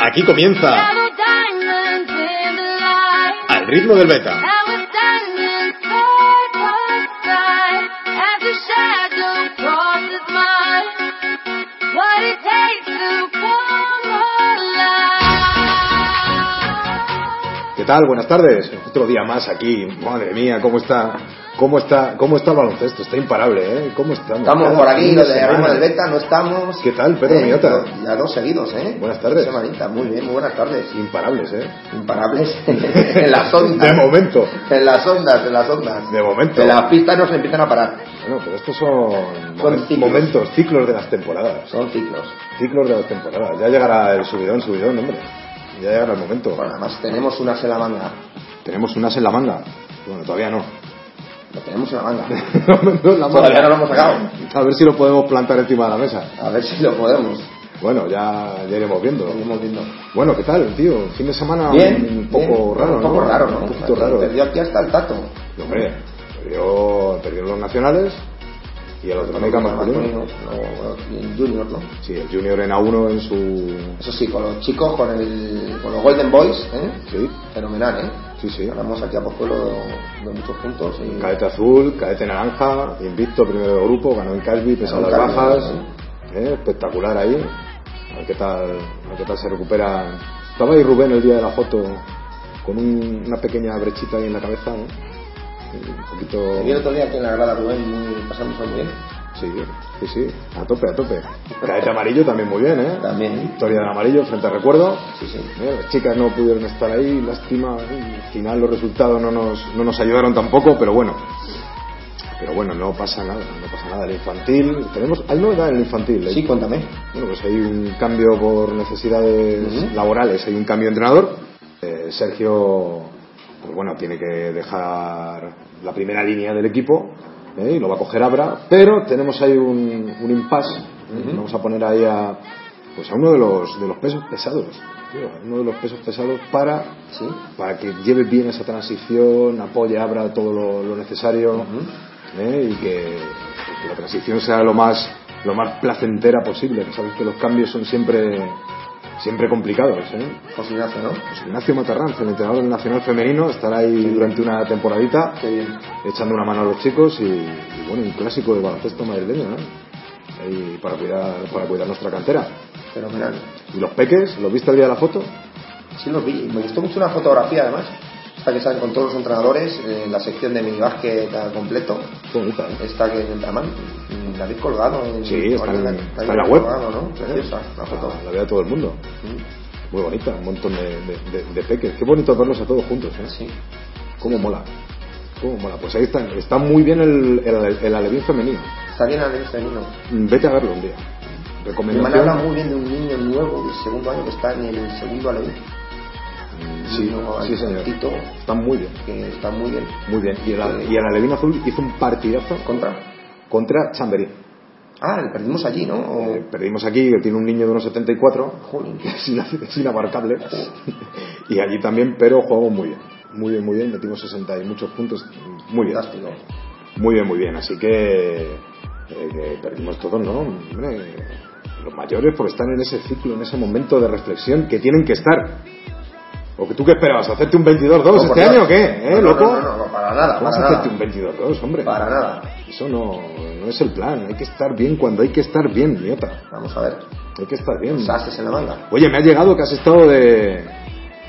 Aquí comienza al ritmo del beta. ¿Qué tal? Buenas tardes. Otro día más aquí. Madre mía, cómo está, cómo está, cómo está el baloncesto. Está imparable, ¿eh? ¿Cómo estamos? Estamos Cada por aquí, fin los de semana. Arriba del Beta, no estamos. ¿Qué tal, Pedro Eh, Miyota? Ya dos seguidos, ¿eh? Buenas tardes. Semanita, muy bien, muy buenas tardes. Imparables, ¿eh? Imparables en las ondas. De momento. En las ondas, en las ondas. De momento. De las pistas nos empiezan a parar. Bueno, pero estos son, Son momen- ciclos. momentos, ciclos de las temporadas. Son ciclos. Ciclos de las temporadas. Ya llegará el subidón, subidón, hombre. Ya llegará el momento. Bueno, además tenemos unas en la manga. Tenemos unas en la manga. Bueno, todavía no. Lo tenemos en la manga. No en la manga. Todavía no lo hemos sacado. A ver si lo podemos plantar encima de la mesa. A ver si lo podemos. Bueno, ya, ya iremos viendo. Lo seguimos viendo. Bueno, ¿qué tal, tío? Fin de semana Ah, un poco bien. raro, Un poco ¿no? raro, ¿no? Un poquito raro. Perdió aquí hasta el tato. Y, Hombre, perdió, perdieron los nacionales y el otro América masculino. No, no, Junior, ¿no? Sí, el Junior en A1 en su... Eso sí, con los chicos, con, el, con los Golden Boys, ¿eh? Sí, fenomenal, ¿eh? sí, sí. Ganamos aquí a Pozuelo de muchos puntos y Cadete azul, cadete naranja, invicto primero del grupo, ganó en Calvi, pesado las Ganó en Calvi, bajas. Eh, espectacular ahí. A ver qué tal, a ver qué tal se recupera. Estaba ahí Rubén el día de la foto con un- una pequeña brechita ahí en la cabeza, ¿no? Un Te vi el poquito. otro día aquí en la grada Rubén, muy, pasamos muy bien. Sí, sí, sí, a tope, a tope. Cadete amarillo también muy bien, ¿eh? También, ¿eh? Victoria del amarillo frente a recuerdo. sí, sí. Eh, Las chicas no pudieron estar ahí, lástima. eh, Al final los resultados no nos, no nos ayudaron tampoco, pero bueno. Pero bueno, no pasa nada, no pasa nada. El infantil, tenemos, hay novedad en el infantil. ¿eh? Sí, cuéntame. Bueno, pues hay un cambio por necesidades Ujú. laborales, hay un cambio de entrenador. Eh, Sergio, pues bueno, tiene que dejar la primera línea del equipo ¿eh? y lo va a coger Abra, pero tenemos ahí un, un impasse. ¿eh? Ujú. Vamos a poner ahí a, pues a uno de los, de los pesos pesados, tío, uno de los pesos pesados para, Sí. para que lleve bien esa transición, apoye a Abra todo lo, lo necesario. ¿eh? y que, que la transición sea lo más lo más placentera posible que sabes que los cambios son siempre siempre complicados ¿eh? José Ignacio, ¿no? Pues Ignacio Matarranz el entrenador del nacional femenino estará ahí durante una temporadita Qué bien. echando una mano a los chicos y, y bueno un clásico de baloncesto madrileño ¿no? Ahí para cuidar para cuidar nuestra cantera Fenomenal. y los peques ¿los viste el día de la foto Sí, los vi. Me gustó mucho una fotografía, además. Esta que salen con todos los entrenadores, eh, la sección de minibásquet a completo. Qué bonita ¿eh? Esta que, además, mm, la habéis colgado. En, sí está en, la, está en la web Ah, colgado, ¿no? Preciosa, la foto. la vea todo el mundo Mm. Muy bonita, un montón de, de, de- de peques. Qué bonito verlos a todos juntos, ¿eh? Sí. Cómo mola. Cómo mola. Pues ahí están. Está muy bien el, el, el alevín femenino. Está bien al femenino. Mm, Vete a verlo un día. Mi hermana habla Recomendación. muy bien de un niño nuevo del segundo año que está en el segundo alevín. Mm, Sí, no, sí, señor. Tito, Está muy bien. que está muy bien. Muy bien. Y el, ale- y el alevín azul hizo un partidazo Contra. contra Chamberí. Ah, le perdimos allí, ¿no? O- Eh, perdimos aquí, que tiene un niño de unos 74. Jolín. que es, ina- es inabarcable. y allí también, pero jugamos muy bien. Muy bien, muy bien. Metimos 60 y muchos puntos. Muy bien. Fantástico. Muy bien, muy bien. Así que, eh, que perdimos todos, ¿no? Hombre, los mayores por estar en ese ciclo, en ese momento de reflexión que tienen que estar. ¿O que tú qué esperabas? ¿Hacerte un 22-2 No, por este Dios. año o qué? ¿Eh, No, no, loco? No, no, no, para nada, Vamos para a nada. hacerte un 22-2, hombre. Para nada. Eso no, no es el plan. Hay que estar bien cuando hay que estar bien, nieta. Vamos a ver. Hay que estar bien. Los ases en la manga. Oye, me ha llegado que has estado de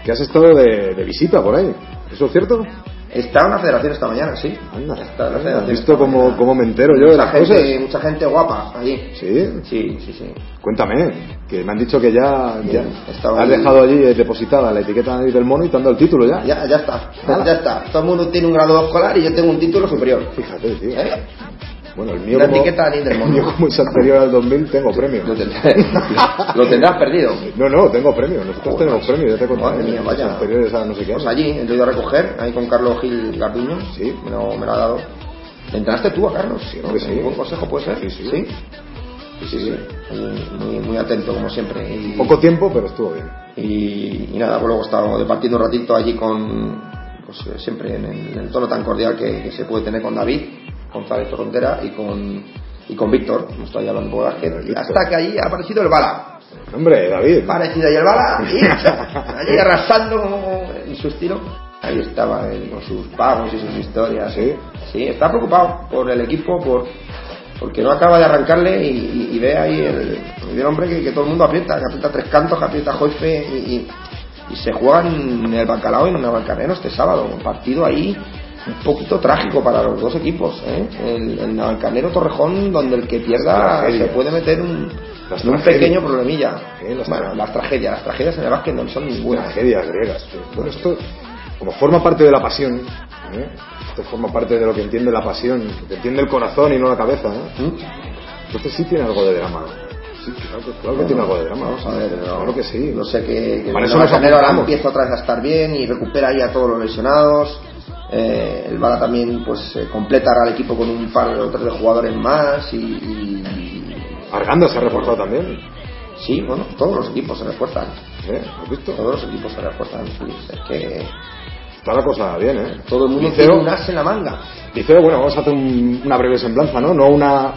que has estado de, de visita por ahí. ¿Eso es cierto? Está una federación esta mañana, sí. Anda, Está la ¿has federación. visto cómo, cómo me entero yo de mucha las gente, cosas? mucha gente guapa allí. Sí, Sí, sí, sí. cuéntame, que me han dicho que ya, ya Bien, estaba has ahí. dejado allí eh, depositada la etiqueta de nariz del mono y te han dado el título ya. Ya, ya está, Ala. ya está. Todo el mundo tiene un graduado escolar y yo tengo un título superior. Fíjate, tío. ¿Eh? Bueno, el mío, Una como, etiqueta de nariz del mono. el mío como es anterior al 2000 tengo premio. Lo, tendrás, lo tendrás perdido. No, no, tengo premio. Nosotros Joder, tenemos premio, ya te contaré. madre mía, vaya. Anteriores a no sé qué. Pues allí, he ido a recoger, ahí con Carlos Gil Garduño. Sí. Me lo, me lo ha dado. ¿Le entraste tú a Carlos? Sí, hombre, sí. ¿Buen consejo puede ser? Sí, sí. ¿Sí? Sí, Sí, sí. Muy, muy, muy atento, como siempre. Y, Poco tiempo, pero estuvo bien. y, y nada, pues luego he estado departiendo un ratito allí con, pues eh, siempre en el, en el tono tan cordial que, que se puede tener con David, con González Torrontera y con, y con Víctor, como estoy hablando por la gente. Víctor. Hasta que allí ha aparecido el bala. Hombre, David. Para y el bala, y allí arrasando como en su estilo. Ahí estaba él con sus pagos y sus historias. Sí. Sí, está preocupado por el equipo, por porque no acaba de arrancarle y, y- y ve ahí el, y ve el hombre que, que todo el mundo aprieta, que aprieta tres cantos, que aprieta Joife y, y- y se juegan en el Bacalao y en el Balcarrero este sábado. Un partido ahí un poquito trágico para los dos equipos. ¿eh? El, el Navalcarnero Torrejón, donde el que pierda se tragedias. puede meter un, Las un tragedias. pequeño problemilla. Eh, las Bueno, tragedias. las tragedias, las tragedias en el básquet no son ninguna. ¿eh? Tragedias griegas. Bueno, esto, como forma parte de la pasión, ¿eh? esto forma parte de lo que entiende la pasión, que entiende el corazón y no la cabeza, ¿eh? ¿Mm? entonces sí tiene algo de drama. Sí, claro que, claro que tiene algo de drama. Vamos a ver, no, Claro que sí. No sé que, que Para el eso nos Navalcarnero ahora apuntamos. empieza otra vez a estar bien y recupera ahí a todos los lesionados. Eh, el Bala también pues eh, completa al equipo con un par o tres de jugadores más y, y- Arganda se ha reforzado también. sí, bueno, todos los equipos se refuerzan, ¿eh? ¿Has visto? todos los equipos se refuerzan, sí, es que Está la cosa bien, ¿eh? todo el mundo Liceo- tiene un as en la manga. Liceo, bueno, vamos a hacer un- una breve semblanza, ¿no? No una...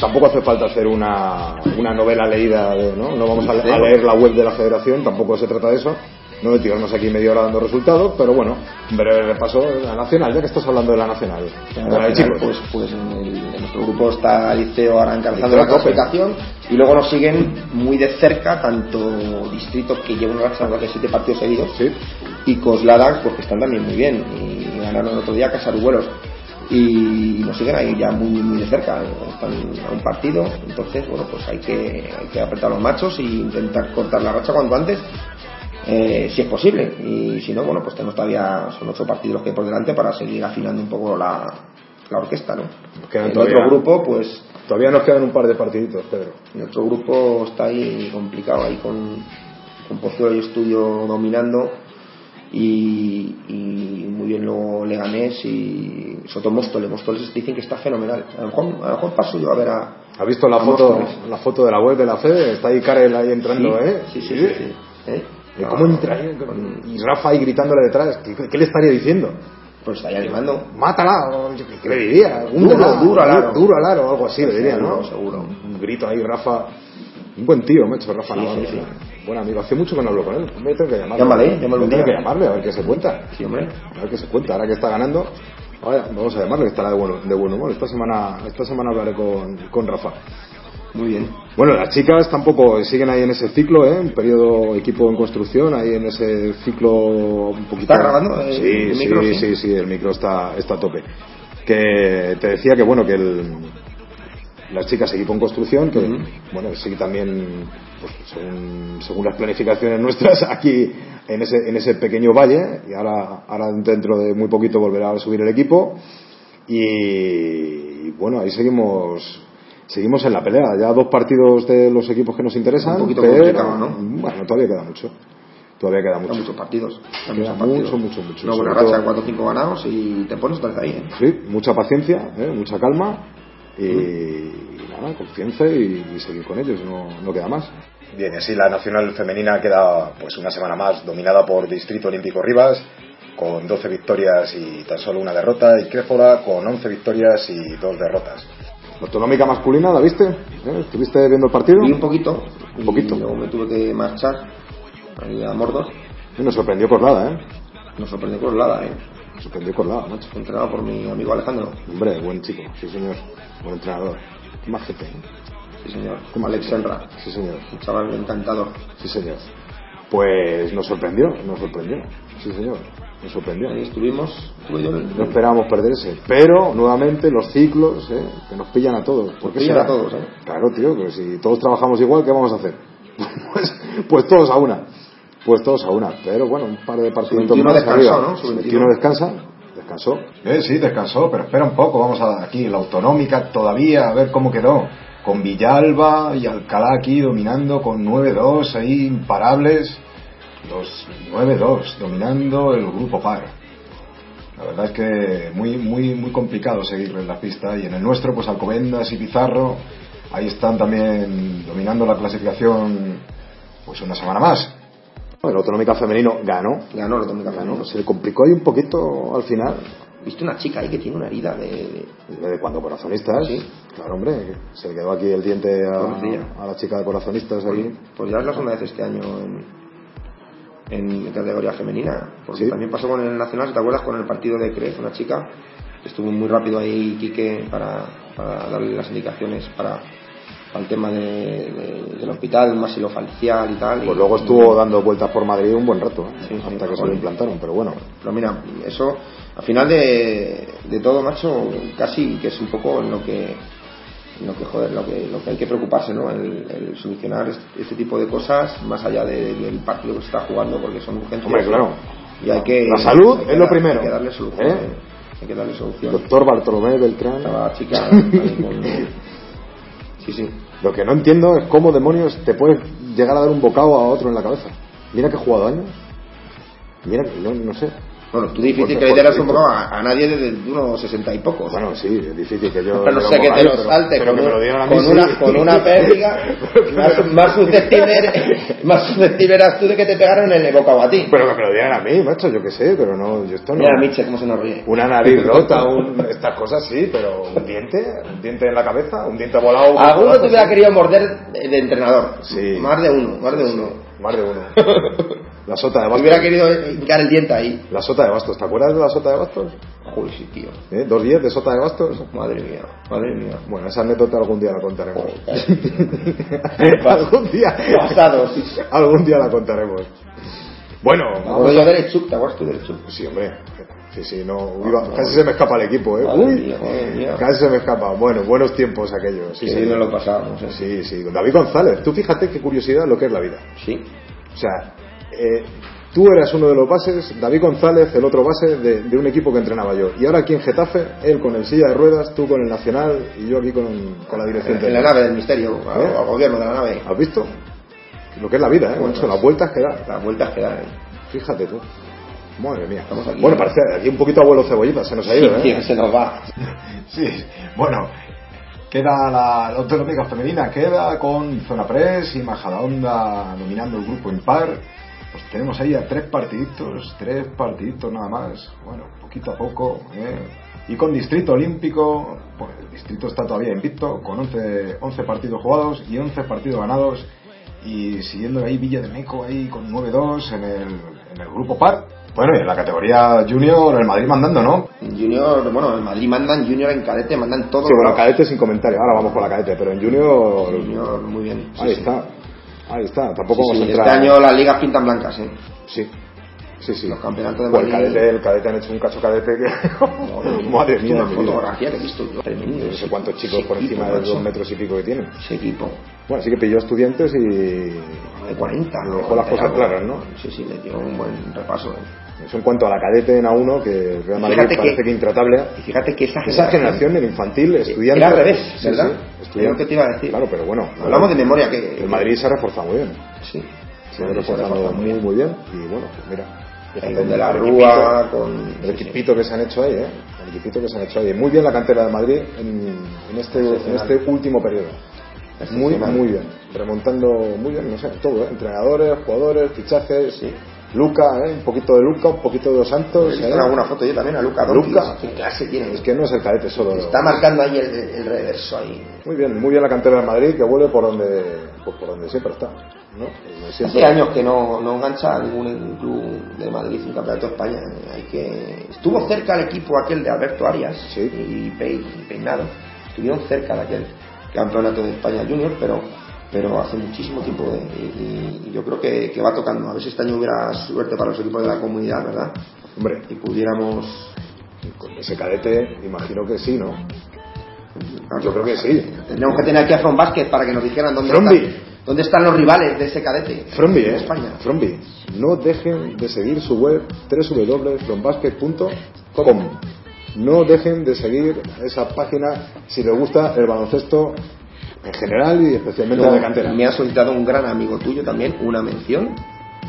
Tampoco hace falta hacer una, una novela leída, de- ¿no? No vamos a, a leer la web de la federación, tampoco se trata de eso. No de tirarnos aquí media hora dando resultados, pero bueno, un breve repaso de la nacional, ya que estás hablando de la nacional. Claro, Bueno, al final, chicos, pues, pues en, el- en nuestro grupo está Liceo ahora encabezando Liceo la a tope. clasificación y luego nos siguen muy de cerca tanto distritos que llevan una racha de siete partidos seguidos Sí. y Coslada pues que están también muy bien y ganaron el otro día Casarubuelos y nos siguen ahí ya muy muy de cerca están a un partido entonces bueno pues hay que, hay que apretar los machos e intentar cortar la racha cuanto antes eh, si es posible y si no bueno pues tenemos todavía son ocho partidos que hay por delante para seguir afinando un poco la, la orquesta ¿no? Nos quedan el todavía- otro grupo pues todavía nos quedan un par de partiditos, Pedro. el otro grupo está ahí complicado ahí con, con postura y estudio dominando y, y muy bien luego Leganés y Soto Móstoles Móstoles dicen que está fenomenal a lo mejor, a lo mejor paso yo a ver a ¿Has visto la Vamos, foto, vamos. la foto de la web de la FED? Está ahí Karel ahí entrando, Sí, ¿eh? sí, sí, sí, sí. ¿Eh? ¿Y No, ¿Cómo entra? ahí? con- Y Rafa ahí gritándole detrás, ¿qué, qué le estaría diciendo? pues estaría animando mátala, o yo qué- qué le diría, Duro, duro al aro. duro al aro, algo así le diría, ¿no? Seguro, seguro. Un grito ahí, Rafa, un buen tío, macho, Rafa Sí, Navarro, sí, sí. un buen amigo, hace mucho que no hablo con él, me tengo que llamarle, Llámale, llámale un tengo que día. llamarle a ver qué se cuenta, sí hombre a ver qué se cuenta, ahora que está ganando, ahora vamos a llamarle que estará de buen, de buen humor, esta semana, esta semana hablaré con, con Rafa. muy bien Bueno, las chicas tampoco siguen ahí en ese ciclo, ¿eh? Un periodo equipo en construcción, ahí en ese ciclo un poquito... ¿Está grabando, eh, Sí, el sí, micro, sí, sí? sí, el micro está, está a tope. Que te decía que, bueno, que el, las chicas equipo en construcción, que, Ujú. bueno, sí también, pues, según, según las planificaciones nuestras, aquí en ese, en ese pequeño valle, y ahora, ahora dentro de muy poquito volverá a subir el equipo, y bueno, ahí seguimos seguimos en la pelea. Ya dos partidos de los equipos que nos interesan. Un poquito pero- complicado, ¿no? Bueno, todavía queda mucho. Todavía queda son mucho. muchos partidos son Queda muchos partidos mucho, mucho, mucho. una buena Sobre racha todo- cuatro o cinco ganados y te pones otra vez ahí ¿eh? Sí, mucha paciencia, ¿eh? mucha calma y, y nada, confianza y, y seguir con ellos, no, no queda más. Bien, y así la nacional femenina queda pues una semana más dominada por Distrito Olímpico Rivas con 12 victorias y tan solo una derrota y Créfora con 11 victorias y dos derrotas. Autonómica masculina, ¿la viste? ¿Eh? ¿Estuviste viendo el partido? y un poquito Un poquito. y luego me tuve que marchar ahí a Mordor Y Nos sorprendió Corlada, ¿eh? nos sorprendió por Lada, eh Nos sorprendió Corlada, macho. entrenado por mi amigo Alejandro Hombre, buen chico, sí señor. Buen entrenador. Qué Más gente, ¿eh? sí señor Qué más Alex gente. Senra Sí señor. un chaval encantador Sí, señor. pues nos sorprendió, nos sorprendió, sí señor, nos sorprendió. Ahí estuvimos, estuve yo en el- No esperábamos perderse, pero nuevamente los ciclos ¿eh? que nos pillan a todos. ¿Por qué pillan será? a todos, ¿eh? Claro, tío, que si todos trabajamos igual, ¿qué vamos a hacer? Pues, pues todos a una, pues todos a una, pero bueno, un par de partiditos 21 más descansó, arriba. ¿no? Su 21 21 descansa, descansó. Eh, sí, descansó, pero espera un poco, vamos a aquí, la autonómica todavía, a ver cómo quedó. Con Villalba y Alcalá aquí dominando con 9-2, ahí imparables. Los 9-2, dominando el grupo par. La verdad es que muy, muy, muy complicado seguirlo en la pista. Y en el nuestro, pues Alcobendas y Pizarro, ahí están también dominando la clasificación, pues una semana más. El Autonómica Femenino ganó, Ganó la Autonómica ganó, Femenino. se le complicó ahí un poquito al final, Viste Pues, una chica ahí que tiene una herida de... de- de cuando corazonistas, Sí. claro hombre, se le quedó aquí el diente Pobrecilla. a, a la chica de corazonistas ahí. Pues ya es la segunda vez este año en, en categoría femenina. Porque Sí. también pasó con el Nacional, ¿te acuerdas? Con el partido de Crez, una chica. que Estuvo muy rápido ahí Quique para, para darle las indicaciones para, para el tema de, de- del hospital, masilofalcial y tal. Pues y- luego estuvo dando vueltas por Madrid un buen rato, ¿eh? Sí, sí, hasta que se joder. lo implantaron, pero bueno. Pero mira, eso al final de, de todo, macho, casi que es un poco en lo que en lo que joder, lo que, lo que hay que preocuparse, ¿no? El, el solucionar est- este, tipo de cosas más allá de- del partido que se está jugando, porque son urgencias. Hombre, claro. Y hay que La salud hay que es lo dar- primero. Hay que darle solución. ¿Eh? eh. Hay que darle El solución. doctor Bartolomé Beltrán, Estaba la chica ahí con- Sí, sí. lo que no entiendo es cómo demonios te puedes llegar a dar un bocado a otro en la cabeza. Mira que he jugado años. Mira, que no, no sé. Bueno, tú difícil Porque- que le dieras un porque- poco a, a nadie de, de unos sesenta y pocos. Pues Bueno, sí, es difícil que yo. Pero me no sé que ponga te ahí, lo pero- salte pero con, que me lo un- dieran a mí, con sí. una, con una pérdida más, más susceptible eres- más susceptible eras tú de que te pegaron en el bocado a ti Pero que me lo dieran a mí, macho, yo qué sé, pero no, yo esto no. mira Miche cómo se nos ríe Una nariz rota, un- estas cosas sí, pero un diente, un diente en la cabeza, un diente volado. alguno te Pues, hubiera querido morder de de entrenador Sí. más de uno más de uno Más de uno. La sota de Te bastos. hubiera querido hincar el diente ahí La sota de bastos, ¿te acuerdas de la sota de bastos? uy sí tío ¿Eh? ¿Dos diez de sota de bastos? madre mía madre mía Bueno, esa anécdota algún día la contaremos. algún día. pasados algún día la contaremos. Bueno, me acuerdo vamos yo a... del Echuk ¿te acuerdas tú del Echuk? Sí, hombre. Sí, sí, no. iba- Casi se me escapa el equipo, ¿eh? Madre Uy, mía, madre mía. casi se me escapa. Bueno, buenos tiempos aquellos. sí que- sí no lo pasábamos eh. sí, sí. David González, tú fíjate qué curiosidad lo que es la vida. sí O sea, eh, tú eras uno de los bases, David González, el otro base de, de un equipo que entrenaba yo. Y ahora aquí en Getafe, él con el silla de ruedas, tú con el Nacional y yo aquí con, con la dirección en la técnica. nave del misterio al ¿Eh? al gobierno de la nave ¿Has visto? Lo que es la vida, ¿eh? Bueno, Macho, las sí. vueltas que da. las vueltas que dan. ¿eh? Fíjate tú. Madre mía. Estamos aquí. Bueno, parece aquí un poquito abuelo cebollita, se nos ha ido, Sí, ¿eh? tío, se nos va. Sí, bueno, queda la, la autonómica femenina, queda con Zona Press y Majadahonda dominando el grupo impar. Pues tenemos ahí a tres partiditos, tres partiditos nada más, bueno, poquito a poco. ¿eh? Y con Distrito Olímpico, pues el distrito está todavía invicto, con 11, 11 partidos jugados y 11 partidos ganados. Y siguiendo ahí Villa de Meco ahí con 9-2 en el, en el grupo par. Bueno, y en la categoría junior el Madrid mandando, ¿no? Junior, bueno, en Madrid mandan Junior en cadete, mandan todo. Sí, bueno, cadete sin comentario. Ahora vamos con la cadete, pero en Junior. Junior, muy bien. Sí, ahí sí. está. Ahí está. Sí, Tampoco sí, vamos a Este entrar. año las ligas pintan blancas, ¿eh? Sí. Sí, sí. Los campeonatos de Pues el Madrid. cadete, el cadete han hecho un cacho cadete que. Madre Es mía, una mi vida. fotografía que he visto yo. Tremendo. Yo No ese sé cuántos equipo, chicos por ese encima equipo, de dos macho. metros y pico que tienen. Ese equipo. Bueno, así que pilló estudiantes y. De 40. Dejó las cosas algo. claras, ¿no? Sí, sí, le dio un buen repaso. ¿eh? Eso en cuanto a la cadete en A1, que Real Madrid Fíjate que- parece que intratable. Y fíjate que esa Esa generación, el infantil, estudiante. Era al revés, Sí, ¿verdad? sí, Era lo que te iba a decir. Claro, pero bueno. Hablamos de memoria que. El Madrid pues, se ha reforzado muy bien. Sí. Se ha Madrid se reforzado ha reforzado muy, muy bien. Y bueno, pues mira. Ahí fíjate, con De la el Rúa, equipito- con. El equipito que se han hecho ahí, ¿eh? El equipito que se han hecho ahí. Muy bien la cantera de Madrid en, en este, en este último periodo. Muy, Excepcional. muy bien. Remontando muy bien, no sé, todo, ¿eh? Entrenadores, jugadores, fichajes. Sí. Luca, ¿eh? Un poquito de Luca, un poquito de Dos He Santos. visto ¿eh? en alguna foto yo también a Luca Doncic. Luca. Qué clase tiene. Es que no es el cadete solo. Está marcando ahí el, el reverso ahí. Muy bien, muy bien la cantera de Madrid que vuelve por donde, pues por donde siempre está. ¿no? Donde siempre- Hace años que no, no engancha ningún club de Madrid en Campeonato de España. Hay que... Estuvo cerca el equipo aquel de Alberto Arias Sí. y, Pe- y Peinado. Estuvieron cerca de aquel Campeonato de España Junior, pero pero hace muchísimo tiempo ¿eh? y, y yo creo que, que va tocando. A ver si este año hubiera suerte para los equipos de la comunidad, ¿verdad? Hombre, Y pudiéramos con ese cadete imagino que sí, ¿no? Yo creo que sí. Tendríamos que tener aquí a From Basket para que nos dijeran dónde, Frombi. están, dónde están los rivales de ese cadete. Frombi, en ¿eh? España. Frombi. No dejen de seguir su web www.frombasket.com. No dejen de seguir esa página si les gusta el baloncesto en general y especialmente el de Luego, cantera. me ha solicitado un gran amigo tuyo también una mención.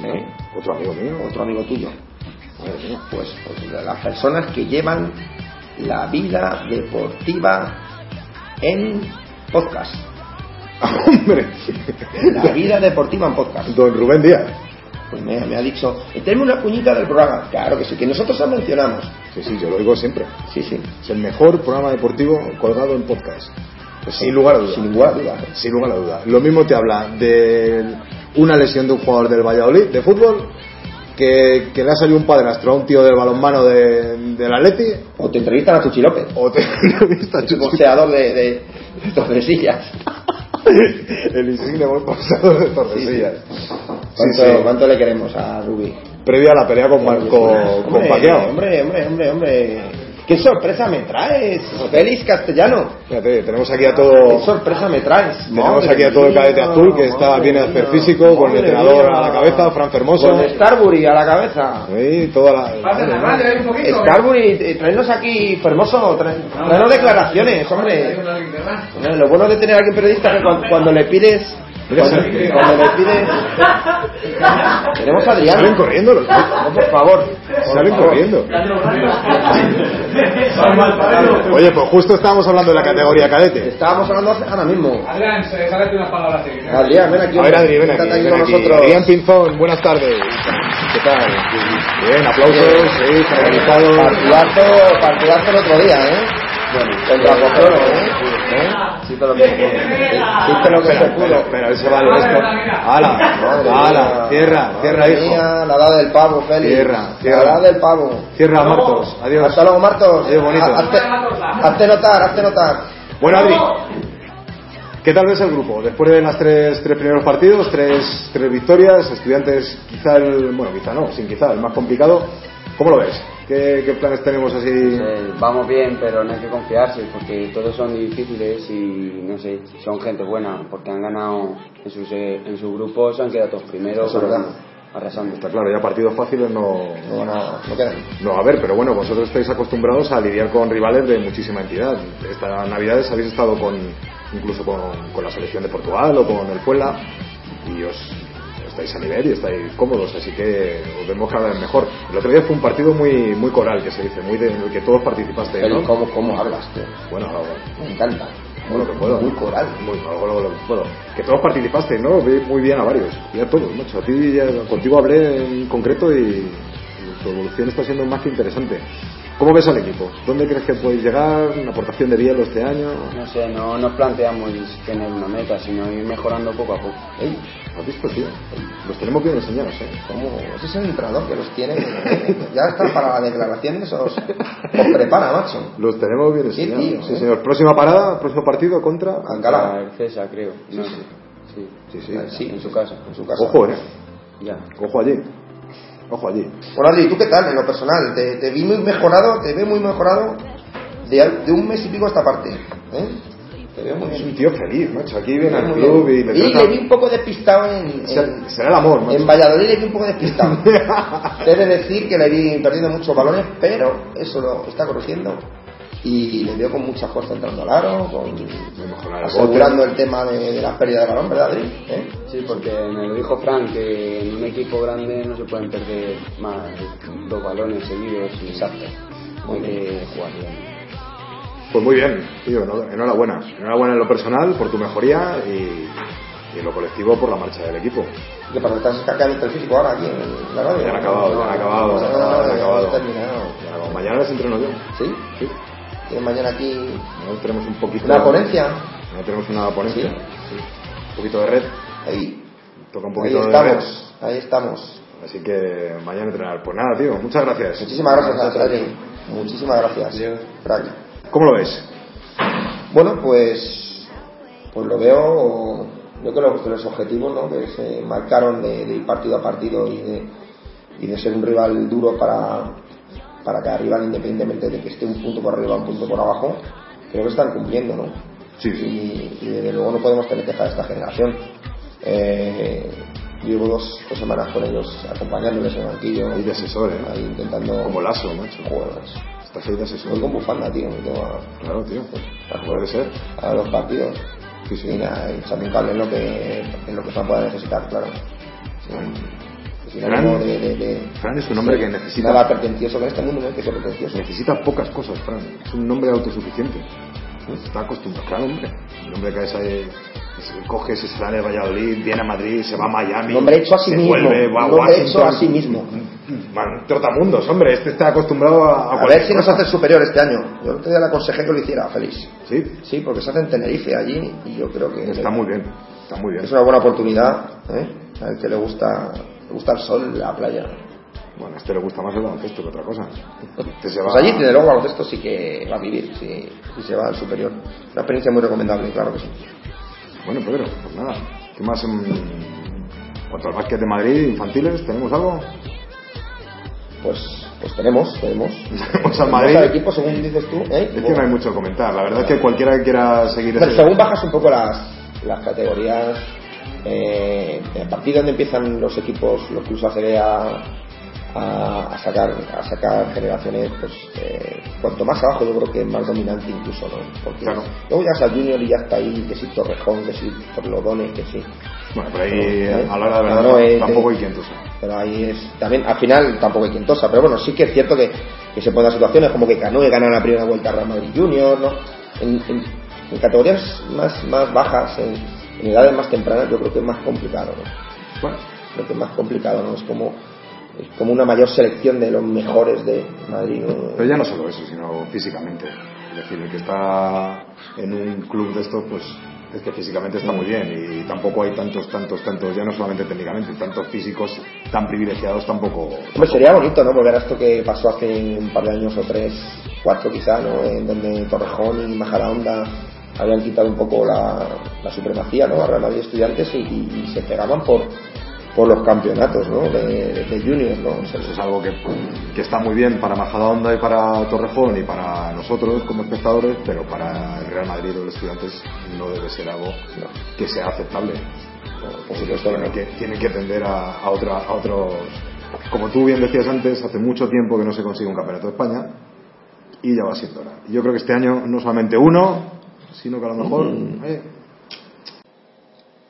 ¿eh? Otro amigo mío. Otro amigo tuyo. Madre mía. Pues, pues de las personas que llevan la vida deportiva en podcast. Hombre. La vida deportiva en podcast. Don Rubén Díaz. Pues me, me ha dicho, tenme una cuñita del programa. Claro que sí, que nosotros la mencionamos. Sí, sí, yo lo digo siempre. Sí, sí. Es el mejor programa deportivo colgado en podcast. sin lugar a dudas. Pues Sin ninguna duda. Sin lugar a duda. Lo mismo te habla de una lesión de un jugador del Valladolid, de fútbol, que, que le ha salido un padrastro a un tío del balonmano de, del Atleti, O te entrevistan a Tuchi López. o te entrevista a Es un Chuchu, boxeador de, de, de Tordesillas. el insigne buen pasador de Tordesillas. ¿Cuánto, Sí, sí. cuánto le queremos a Rubi? Previo a la pelea con, Marco, con Hombre, Pacquiao. Hombre, hombre, hombre, hombre. ¿Qué sorpresa me traes, Félix Castellano? Fíjate, tenemos aquí a ¿Qué todo... sorpresa me traes? Tenemos Madre aquí a todo el mía, cadete azul que está madre bien mía, hacer físico, con el madre entrenador mía. a la cabeza, Fran Fermoso. Con Starbury a la cabeza. Sí, toda la... Starbury, eh, traenos aquí, Fermoso, trae- traenos declaraciones, hombre. Bueno, Lo bueno de tener a alguien periodista es que cuando, cuando le pides... Cuando, cuando le pides... Tenemos a Salen Adrián. corriendo los No, por favor. por Salen favor. corriendo. Oye, pues justo estábamos hablando de la categoría cadete. Estábamos hablando hace- ahora mismo. Adrián, se déjate unas palabras de él. Adrián, ven aquí. A ver, Adri, ven Está aquí. aquí ven con aquí. nosotros. Adrián Pinzón, buenas tardes. ¿Qué tal? Bien, aplausos, sí, generalizado. Partidazo, partidazo el otro día, ¿eh? Contra Pozuelo, ¿eh? Sí, pero que... Hiciste lo que se Espera, pudo. pero, pero ese balón esto. Ala, ala, cierra, cierra, Madre hijo. mía, la edad del pavo, Félix. Cierra, cierra. La edad del pavo. Cierra, Martos. Adiós. Hasta luego, Martos. Adiós, bonito. Ha- Hazte, hazte notar, hazte notar. Bueno, Adri, ¿qué tal ves el grupo? Después de las tres, tres primeros partidos, tres, tres victorias, estudiantes quizá el, bueno, quizá no, sin quizá el más complicado, ¿cómo lo ves? ¿Qué, qué planes tenemos así? Eh, vamos bien, pero no hay que confiarse porque todos son difíciles y no sé, son gente buena porque han ganado en sus, eh, en sus grupos, se han quedado todos primeros, Eso es verdad. arrasando. Está claro, ya partidos fáciles no, No, no, no quedan. no va a haber, pero bueno, vosotros estáis acostumbrados a lidiar con rivales de muchísima entidad. Estas navidades habéis estado con, incluso con, con la selección de Portugal o con el Puebla y os estáis a nivel y estáis cómodos, así que os vemos cada vez mejor. El otro día fue un partido muy muy coral, que se dice, muy de, en el que todos participasteis, Félix, ¿no? ¿cómo, cómo hablas, tío? Bueno, algo- Me encanta. algo que puedo. Muy coral. Muy, algo, algo que puedo. Que todos participasteis, ¿no? Vi muy bien a varios. Y a todos, macho. A ti ya, contigo hablé en concreto y tu evolución está siendo más que interesante. ¿Cómo ves al equipo? ¿Dónde crees que podéis llegar? ¿Una aportación de Bielo este año? No sé, no nos planteamos tener una meta, sino ir mejorando poco a poco. Ey, ¿Has visto, tío? Los tenemos bien enseñados, ¿eh? ¿Cómo? Ese es el entrenador que los tiene. Ya está para la declaración de esos. Os prepara, macho. Los tenemos bien Sí, enseñados. tío, sí, ¿eh? señor. Próxima parada, próximo partido contra... Alcalá. Para el César, creo. No sé. Sí. Sí, sí. Sí, En su casa. En su casa. Ojo, ¿eh? Ya. Ojo allí. Ojo allí. Bueno, Adri, ¿tú qué tal en lo personal? Te, te vi muy mejorado, te veo muy mejorado de, al- de un mes y pico a esta parte. ¿eh? Te veo muy Es bien. un tío feliz, macho. Aquí viene al Muy club y bien. le Y trata- le vi un poco despistado en, en, Será- Será el amor, macho. en Valladolid, le vi un poco despistado. He de decir que le vi perdiendo muchos balones, pero eso lo está corrigiendo. Y le veo con mucha fuerza entrando al aro, con, Mejorar el asegurando bote. el tema de, de la pérdida de balón, ¿verdad, Adri? ¿Eh? Sí, porque me lo dijo Frank que en un equipo grande no se pueden perder más de dos balones seguidos. y- Hay que jugar bien. Pues muy bien, tío, eno- enhorabuena. Enhorabuena en lo personal por tu mejoría y, y en lo colectivo por la marcha del equipo. Que para estás escaqueando el físico ahora aquí en la radio. Ya han acabado, ya han acabado, No, ya han no, no, acabado, ya han acabado. terminado. Ya, bueno, mañana les entreno yo. ¿Sí? Sí. Tienes mañana aquí Mañana tenemos un poquito... una ponencia. Mañana tenemos una ponencia. Sí, Un poquito de red. Ahí, Toca un ahí poquito de red. estamos, ahí estamos. Así que mañana entrenar. Pues nada, tío. Muchas gracias. Muchísimas gracias, Adri. Muchísimas gracias. Crack. ¿Cómo lo ves? Bueno, pues, pues lo veo yo creo que los objetivos ¿no? que se marcaron de, de ir partido a partido y de, y de ser un rival duro para, para cada rival, independientemente de que esté un punto por arriba o un punto por abajo, creo que están cumpliendo, ¿no? Sí, Y, y desde luego no podemos tener queja de esta generación. Eh, llevo dos, dos semanas con ellos acompañándoles en el banquillo. Ahí de asesor, ¿eh? Ahí intentando. Como lazo, macho. Jugadores. Está feliz de asesor. Voy con bufanda, tío, me tengo a, pues, Claro, tío. Pues Puede ser. a los partidos. Sí, sí. Y nada, y echando un cable en lo que, en lo que se pueda necesitar, claro. Y sin Fran- ánimo de- de- de- Fran es un hombre de- que necesita- Nada pretencioso, que en este mundo no hay que ser pretencioso. Necesita pocas cosas, Fran. Es un nombre autosuficiente. Pues Está acostumbrado, claro, hombre. Un hombre que es ahí, se coge, se sale de Valladolid, viene a Madrid, se va a Miami. Un hombre hecho a sí se mismo. Vuelve, va a Un hombre hecho Washington. a sí mismo. Man, trotamundos, hombre. Este está acostumbrado a. A cualquier ver si nos cosa. hace superior este año. Yo el otro día le aconsejé que lo hiciera, feliz. Sí, Sí, porque se hace en Tenerife allí y yo creo que está muy bien. Está muy bien. es una buena oportunidad. ¿eh? Al que le gusta, le gusta el sol, la playa. Bueno, a este le gusta más el baloncesto que otra cosa. Este se va. Pues allí, desde luego, baloncesto sí que va a vivir, si, si se va al superior. Una experiencia muy recomendable, claro que sí. Bueno, Pedro, pues nada. ¿Qué más en cuanto al básquet de Madrid, infantiles? ¿Tenemos algo? Pues, pues tenemos, tenemos. Vamos al Madrid. Cada equipo, según dices tú, ¿eh? Es que no hay mucho que comentar. La verdad es que cualquiera que quiera seguir Bueno, ese- según bajas un poco las, las categorías, eh, a partir de donde empiezan los equipos, los clubes ACB a, a, a sacar a sacar generaciones, pues eh, cuanto más abajo yo creo que más dominante incluso, ¿no? Porque Claro. luego llegas al Junior y ya está ahí, que si Torrejón, que si Torlodones, que sí. Bueno, por ahí ¿Eh? a la hora de verdad No, eh, tampoco te- hay quien tosa. Pero ahí es, también, al final tampoco hay quien tosa, pero bueno, sí que es cierto que, que se pueden dar situaciones como que Canoe gana la primera vuelta a Real Madrid Junior, ¿no? En, en- en categorías más, más bajas, en, en edades más tempranas, yo creo que es más complicado, ¿no? Bueno, Creo que es más complicado, ¿no? Es como, es como una mayor selección de los mejores de Madrid, ¿no? pero ya no solo eso, sino físicamente. Es decir, el que está en un club de estos, pues es que físicamente está muy bien y tampoco hay tantos, tantos, tantos, ya no solamente técnicamente, tantos físicos tan privilegiados tampoco. Hombre, sería bonito, ¿no? Volver a esto que pasó hace un par de años o tres, cuatro quizá, ¿no? En donde Torrejón y Majadahonda habían quitado un poco la, la supremacía, ¿no? A Real Madrid Estudiantes y, y- y se pegaban por, por los campeonatos, ¿no? De, de juniors, ¿no? O sea, Eso es algo que, que está muy bien para Majadahonda y para Torrejón y para nosotros como espectadores, pero para el Real Madrid o los estudiantes no debe ser algo no, que sea aceptable. no, por por supuesto supuesto que no. tienen que, tienen que atender a, a otra- a otros como tú bien decías antes hace mucho tiempo que no se consigue un campeonato de España y ya va siendo hora yo creo que este año no solamente uno sino que a lo mejor eh,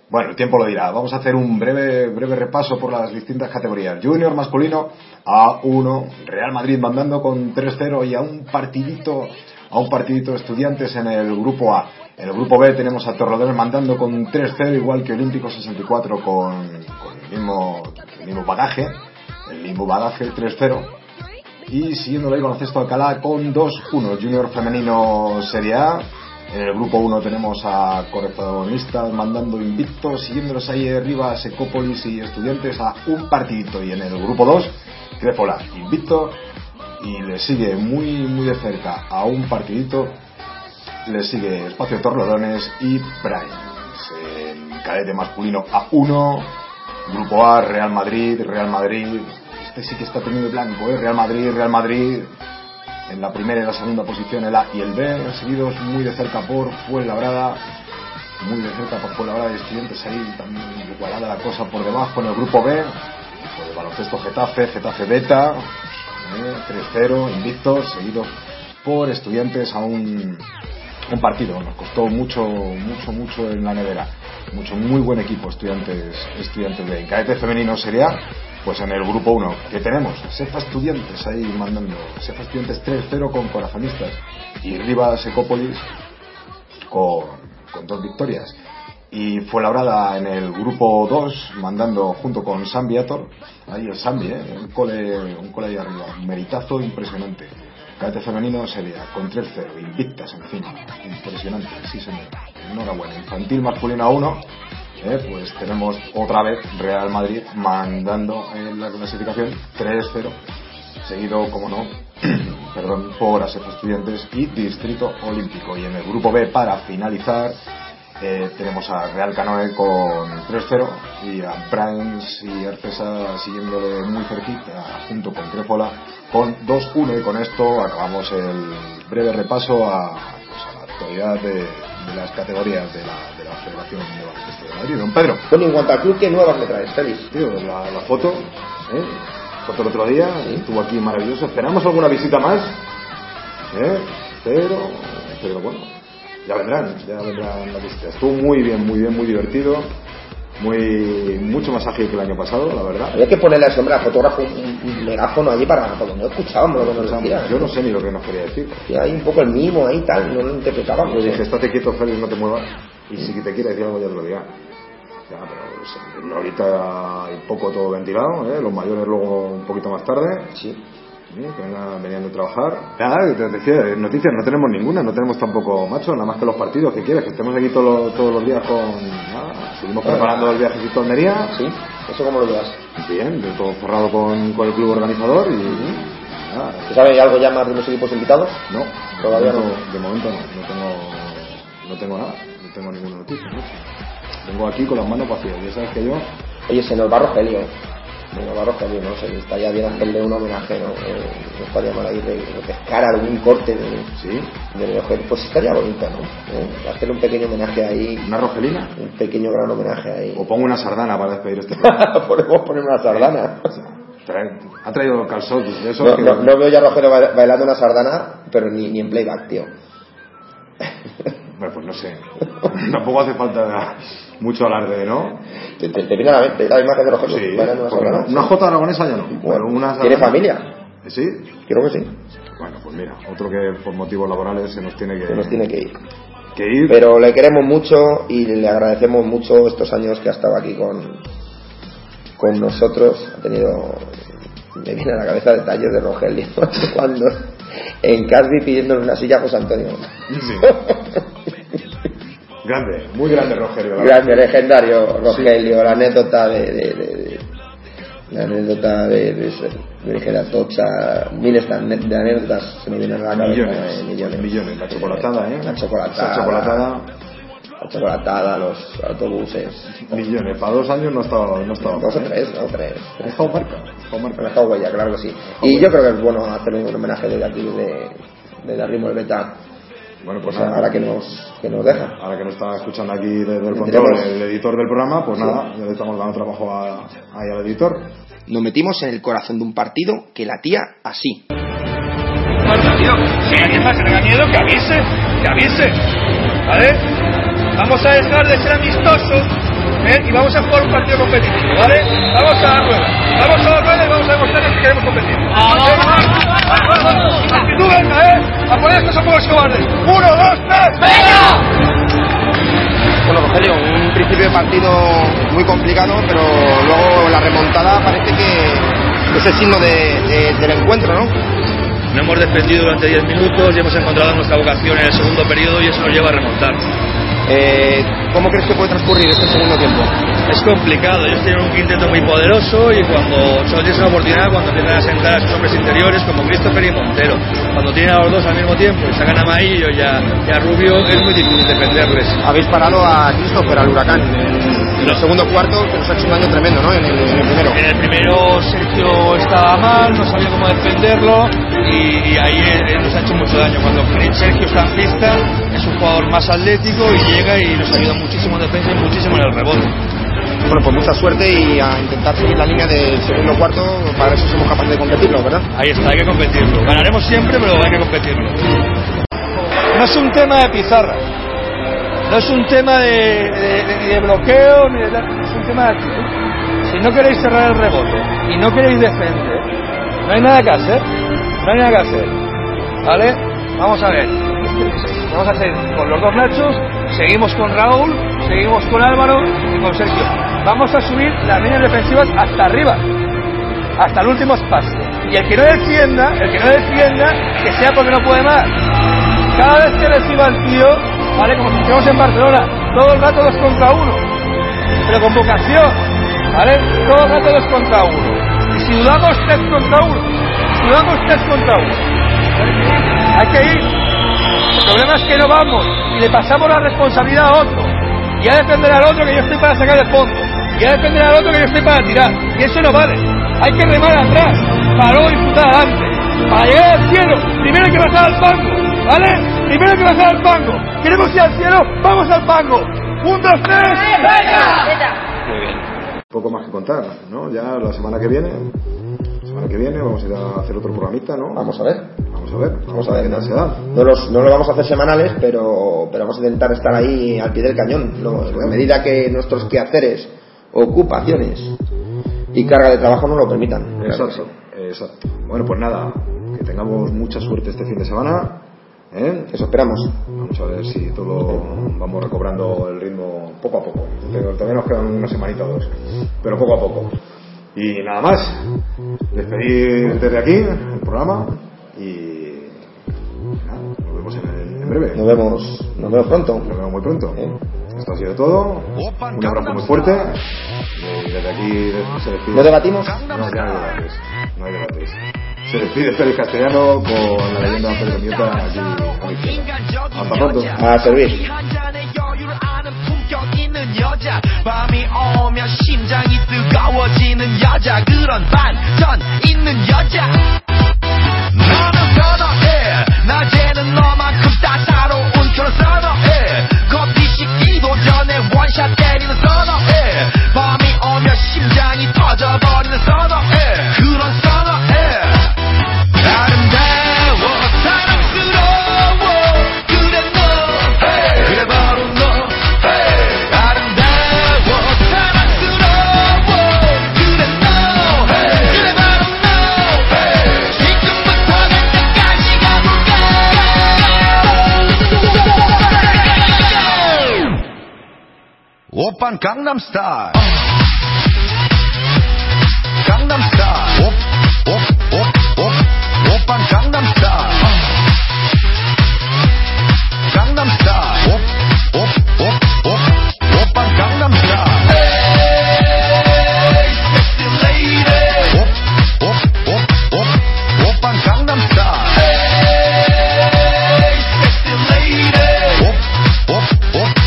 Bueno, el tiempo lo dirá. Vamos a hacer un breve, breve repaso por las distintas categorías. Junior masculino a 1. Real Madrid mandando con 3-0 y a un partidito, a un partidito de estudiantes en el grupo A. En el grupo B tenemos a Torredones mandando con 3-0, igual que Olímpico 64 con, con el, mismo, el mismo bagaje. El mismo bagaje, 3-0. Y siguiendo ahí con el cesto Alcalá con 2-1. Junior femenino Serie A. En el grupo 1 tenemos a correccionistas mandando invictos, siguiéndolos ahí arriba Secópolis y Estudiantes a un partidito. Y en el grupo 2, Crepola, invicto. Y le sigue muy, muy de cerca a un partidito. Le sigue Espacio Torrelones y Prime. En cadete masculino A1, Grupo A, Real Madrid, Real Madrid. Este sí que está teniendo blanco, ¿eh? Real Madrid, Real Madrid. En la primera y la segunda posición el A y el B, seguidos muy de cerca por Fuenlabrada. Muy de cerca por Fuenlabrada y Estudiantes ahí también igualada la cosa por debajo en el grupo B. Por el baloncesto Getafe, Getafe Beta. ¿eh? 3-0, invictos, seguidos por Estudiantes a un un partido, nos costó mucho, mucho, mucho en la nevera. Mucho, muy buen equipo, estudiantes, estudiantes de cadete femenino sería, pues en el grupo 1, que tenemos, Sefa Estudiantes ahí mandando, Sefa Estudiantes 3-0 con corazonistas y Rivas Secópolis con, con dos victorias. Y fue labrada en el grupo 2, mandando junto con San Viator, ahí el Sambi, ¿eh? un, cole, un cole ahí arriba, un meritazo impresionante. Cadete femenino sería con 3-0, invictas, en fin, impresionante, sí señor. Enhorabuena, infantil masculino a 1, ¿eh? pues tenemos otra vez Real Madrid mandando en la clasificación 3-0, seguido, como no, perdón, por ASEF Estudiantes y Distrito Olímpico. Y en el grupo B, para finalizar, Eh, tenemos a Real Canoe con 3-0 y a Brands y Arcesa siguiéndole muy cerquita junto con Crefola con 2-1 y con esto acabamos el breve repaso a, pues, a la actualidad de, de las categorías de la, de la Federación de Baloncesto de Madrid. Don Pedro, Bueno, en cuanto al club, ¿qué nuevas me traes, Félix? Tío, la, la foto, ¿eh? Foto el otro día, estuvo aquí maravilloso. Esperamos alguna visita más, ¿eh? Pero, pero bueno, ya vendrán, ya vendrán las visitas. Estuvo muy bien, muy bien, muy divertido. Muy, mucho más ágil que el año pasado, la verdad. Había que ponerle al sombra al fotógrafo un, un megáfono allí para, porque no escuchábamos lo que nos decía. Yo no sé ni lo que nos quería decir. Y hay un poco el mimo ahí tal, no lo interpretábamos. Yo dije, estate quieto, Félix, no te muevas. Y si te quiere decir algo, ya te lo dirá. Ya, pero o sea, ahorita hay poco todo ventilado, ¿eh? los mayores luego un poquito más tarde. Sí. ¿eh? Que vengan- venían de trabajar. Nada, te decía, eh, noticias no tenemos ninguna, no tenemos tampoco, macho, nada más que los partidos que quieres, que estemos aquí todos los, todos los días con. nada, seguimos Ah. preparando el viajecito a Almería. Sí, eso como lo llevas. Bien, de todo cerrado con, con el club organizador y. nada, ¿Tú sabes algo ya más de los equipos invitados? no, todavía Todavía no. De momento no, no tengo, no tengo nada, no tengo ninguna noticia. ¿no? Vengo aquí con las manos vacías, ya sabes que yo. Oye, se nos va Rogelio. Se nos va Rogelio, no sé, estaría bien hacerle un homenaje, ¿no? Eh, no estaría mal ahí de, de pescar algún corte de, Sí, de Rogelio. Pues estaría bonito, ¿no? Eh, Hacerle un pequeño homenaje ahí, una rogelina. un pequeño gran homenaje ahí. O pongo una sardana para despedir este programa. Podemos poner una sardana. O sea, trae- ha traído calzones de esos No, que. no- no veo ya a Rogelio ba- bailando una sardana, pero ni, ni en playback, tío. Bueno, pues no sé. Tampoco hace falta mucho alarde, ¿no? Te, te, te viene a la mente la imagen de Rogelio Sí, bailando una ¿por qué no? sardana. una J aragonesa ya no. pero una Bueno, ¿Tiene sardana- familia? Sí, Creo que sí. Bueno, pues mira, otro que por motivos laborales se nos tiene que, Se nos tiene que ir. que ir. Pero le queremos mucho y le agradecemos mucho estos años que ha estado aquí con, con nosotros. Ha tenido, me viene a la cabeza detalles de Rogelio cuando en Casby pidiéndole una silla a José Antonio. Sí. grande, muy grande Rogelio. la Grande, legendario Rogelio, la anécdota de, de- de- de- la anécdota de, de, de, de Geratocha, miles de ane- de anécdotas se me vienen a la cabeza. Millones, eh, millones. La chocolatada, ¿eh? La chocolatada. Esa chocolatada, La chocolatada, los autobuses. millones. Para dos años no estaba. No estaba Dos o ¿eh? tres, dos o tres. Ha dejado marca, ha dejado Me marca. ha dejado huella, claro que sí. Y yo creo que es bueno hacerle un homenaje desde aquí, de, desde Arrimo el Beta, Bueno, pues pues nada. ahora que nos, que nos deja. Ahora que nos está escuchando aquí desde el Le control diremos- el editor del programa, pues nada, ya le estamos dando trabajo a- ahí al editor. Nos metimos en el corazón de un partido que latía así. Si alguien más tenga miedo, que avise, que avise, ¿vale? Vamos a dejar de ser amistosos ¿eh? y vamos a jugar un partido competitivo, ¿vale? Vamos a la rueda, vamos a la rueda y vamos a demostrarles que queremos competir. ¡Actitud, venga, eh! ¡A poner estos apuros cobardes! ¡Uno, dos, tres! Bueno, Rogelio, un principio de partido muy complicado, pero luego la remontada parece que es el signo del encuentro, ¿no? No hemos defendido durante 10 minutos y hemos encontrado nuestra vocación en el segundo periodo y eso nos lleva a remontar. Eh, ¿Cómo crees que puede transcurrir este segundo tiempo? Es complicado, ellos tienen un quinteto muy poderoso y cuando solo tienes una oportunidad cuando empiezan a sentar a sus hombres interiores como Christopher y Montero. Cuando tienen a los dos al mismo tiempo y sacan a Maillo y a, y a Rubio es muy difícil defenderles. Habéis parado a Christopher, al huracán. En el segundo cuarto que nos ha hecho un daño tremendo, ¿no? En el, en el primero. En el primero Sergio estaba mal, no sabía cómo defenderlo y, y ahí eh, nos ha hecho mucho daño. Cuando Sergio está en pista es un jugador más atlético y llega y nos ayuda muchísimo en defensa y muchísimo en el rebote. Bueno, pues mucha suerte y a intentar seguir la línea del segundo cuarto para ver si somos capaces de competirlo, ¿verdad? Ahí está, hay que competirlo. Ganaremos siempre, pero hay que competirlo. No es un tema de pizarra. No es un tema de, de- de- ni de bloqueo, ni de, tal, es un tema de actitud. Si no queréis cerrar el rebote y no queréis defender, no hay nada que hacer. No hay nada que hacer. ¿Vale? Vamos a ver. Vamos a hacer con los dos Nachos, seguimos con Raúl, seguimos con Álvaro y con Sergio. Vamos a subir las líneas defensivas hasta arriba hasta el último espacio. Y el que no defienda, el que no defienda, que sea porque no puede más. Cada vez que reciba el tío, vale, como si estuviéramos en Barcelona, todo el rato dos contra uno. Pero con vocación, ¿vale? Todo el rato dos contra uno. Y si dudamos tres contra uno, si dudamos tres contra uno, hay que ir. El problema es que no vamos y le pasamos la responsabilidad a otro. ya defenderá al otro que yo estoy para sacar el fondo, ya defenderá al otro que yo estoy para tirar, y eso no vale, hay que remar atrás, para luego disputar adelante, para llegar al cielo, primero hay que pasar al pango, ¿vale? Primero hay que pasar al pango, queremos ir al cielo, vamos al pango, un, dos, tres, venga. Muy bien. Poco más que contar, ¿no? Ya la semana que viene, la semana que viene vamos a ir a hacer otro programita, ¿no? Vamos a ver. Vamos a ver, Vamos a ver, qué tal se da. no los, no lo vamos a hacer semanales, pero, pero vamos a intentar estar ahí al pie del cañón. ¿no? A medida que nuestros quehaceres, ocupaciones y carga de trabajo no lo permitan. Exacto, exacto. eh, Bueno, pues nada, que tengamos mucha suerte este fin de semana. ¿eh? Eso esperamos. Vamos a ver si todo vamos recobrando el ritmo poco a poco. Pero Todavía nos quedan una semanita o dos, pero poco a poco. Y nada más, despedir desde aquí el programa y nada, nos vemos en, en breve. Nos vemos, nos vemos pronto. Nos vemos muy pronto. ¿eh? Esto ha sido todo. Un abrazo muy fuerte. Y desde aquí se despide. ¿No debatimos? No, ya no hay debates. No hay debates. Se despide Félix Castellano con la leyenda Pedro Miota aquí a mi izquierda. Hasta pronto. A servir. 여자네 여유를 아는 품격 있는 여자 밤이 오면 심장이 뜨거워지는 여자 그런 반전 있는 여자 너는 선호해 낮에는 너만큼 따사로운 그런 선호해 커피 식기도 전에 원샷 때리는 선호해 밤이 오면 심장이 터져버리는 선호해 그런 선호해 아름다워 사랑스러워 그래 너 그래 바로 너 아름다워 사랑스러워 그래 너 그래 바로 너 지금부터 내 때까지 가볼까 Open Gangnam Style. Gangnam Style. Op, op, op, op. Open Gangnam Style. Gangnam Style. Op, op, op, op. Open Gangnam Style. Op, op, op, op. Open Gangnam Style. Op, op, op, op.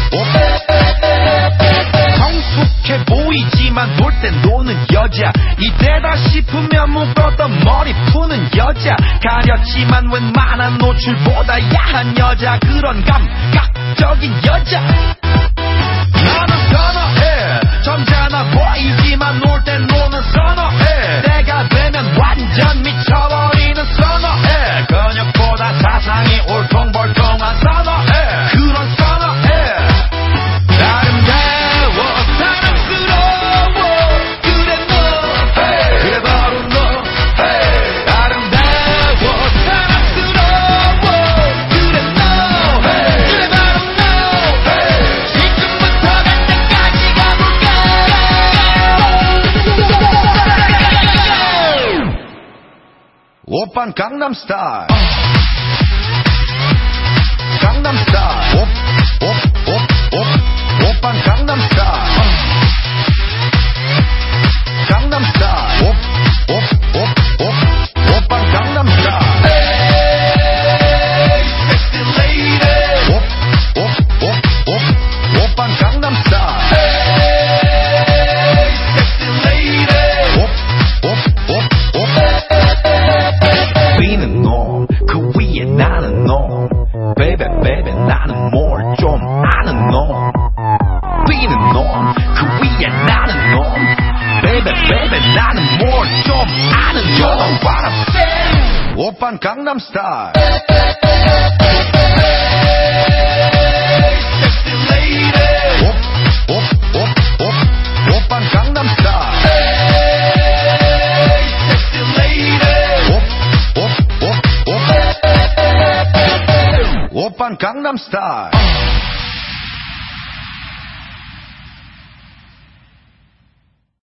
성숙해 보이지만 놀 땐 노는 여자 이때다 싶으면 묶었던 머리 푸는 여자 가렸지만 웬만한 노출보다 야한 여자 그런 감각적인 여자 나는 선호해 점잖아 보이지만 놀 땐 노는 선호해 내가 되면 완전 미쳐버리는 선호해 근육보다 사상이 울퉁불퉁한 선호해 그런 선호해 아름다워 사랑스러워 그래 너 그래 바로 너 아름다워 사랑스러워 그래 너 그래 바로 너 지금부터 갈 때까지 가볼까 Open Gangnam Style. Gangnam Style. Op, op, op, op. Open Gangnam Style. Gangnam Style. Op, op, op, op. Open Gangnam Style. Op, op, op, op. Open Gangnam Style. Op, op, op, op. B는 놈, 그 위에 나는 놈. 베베 베베 나는 뭘 좀 아는 놈. B는 놈, 그 위에 나는 놈. 베베 베베 나는 뭘 좀 아는 놈. You know what I'm saying? Open Gangnam Style. Op, op, op, op. Open Gangnam Style. Op, op, op, op. Open Gangnam Style.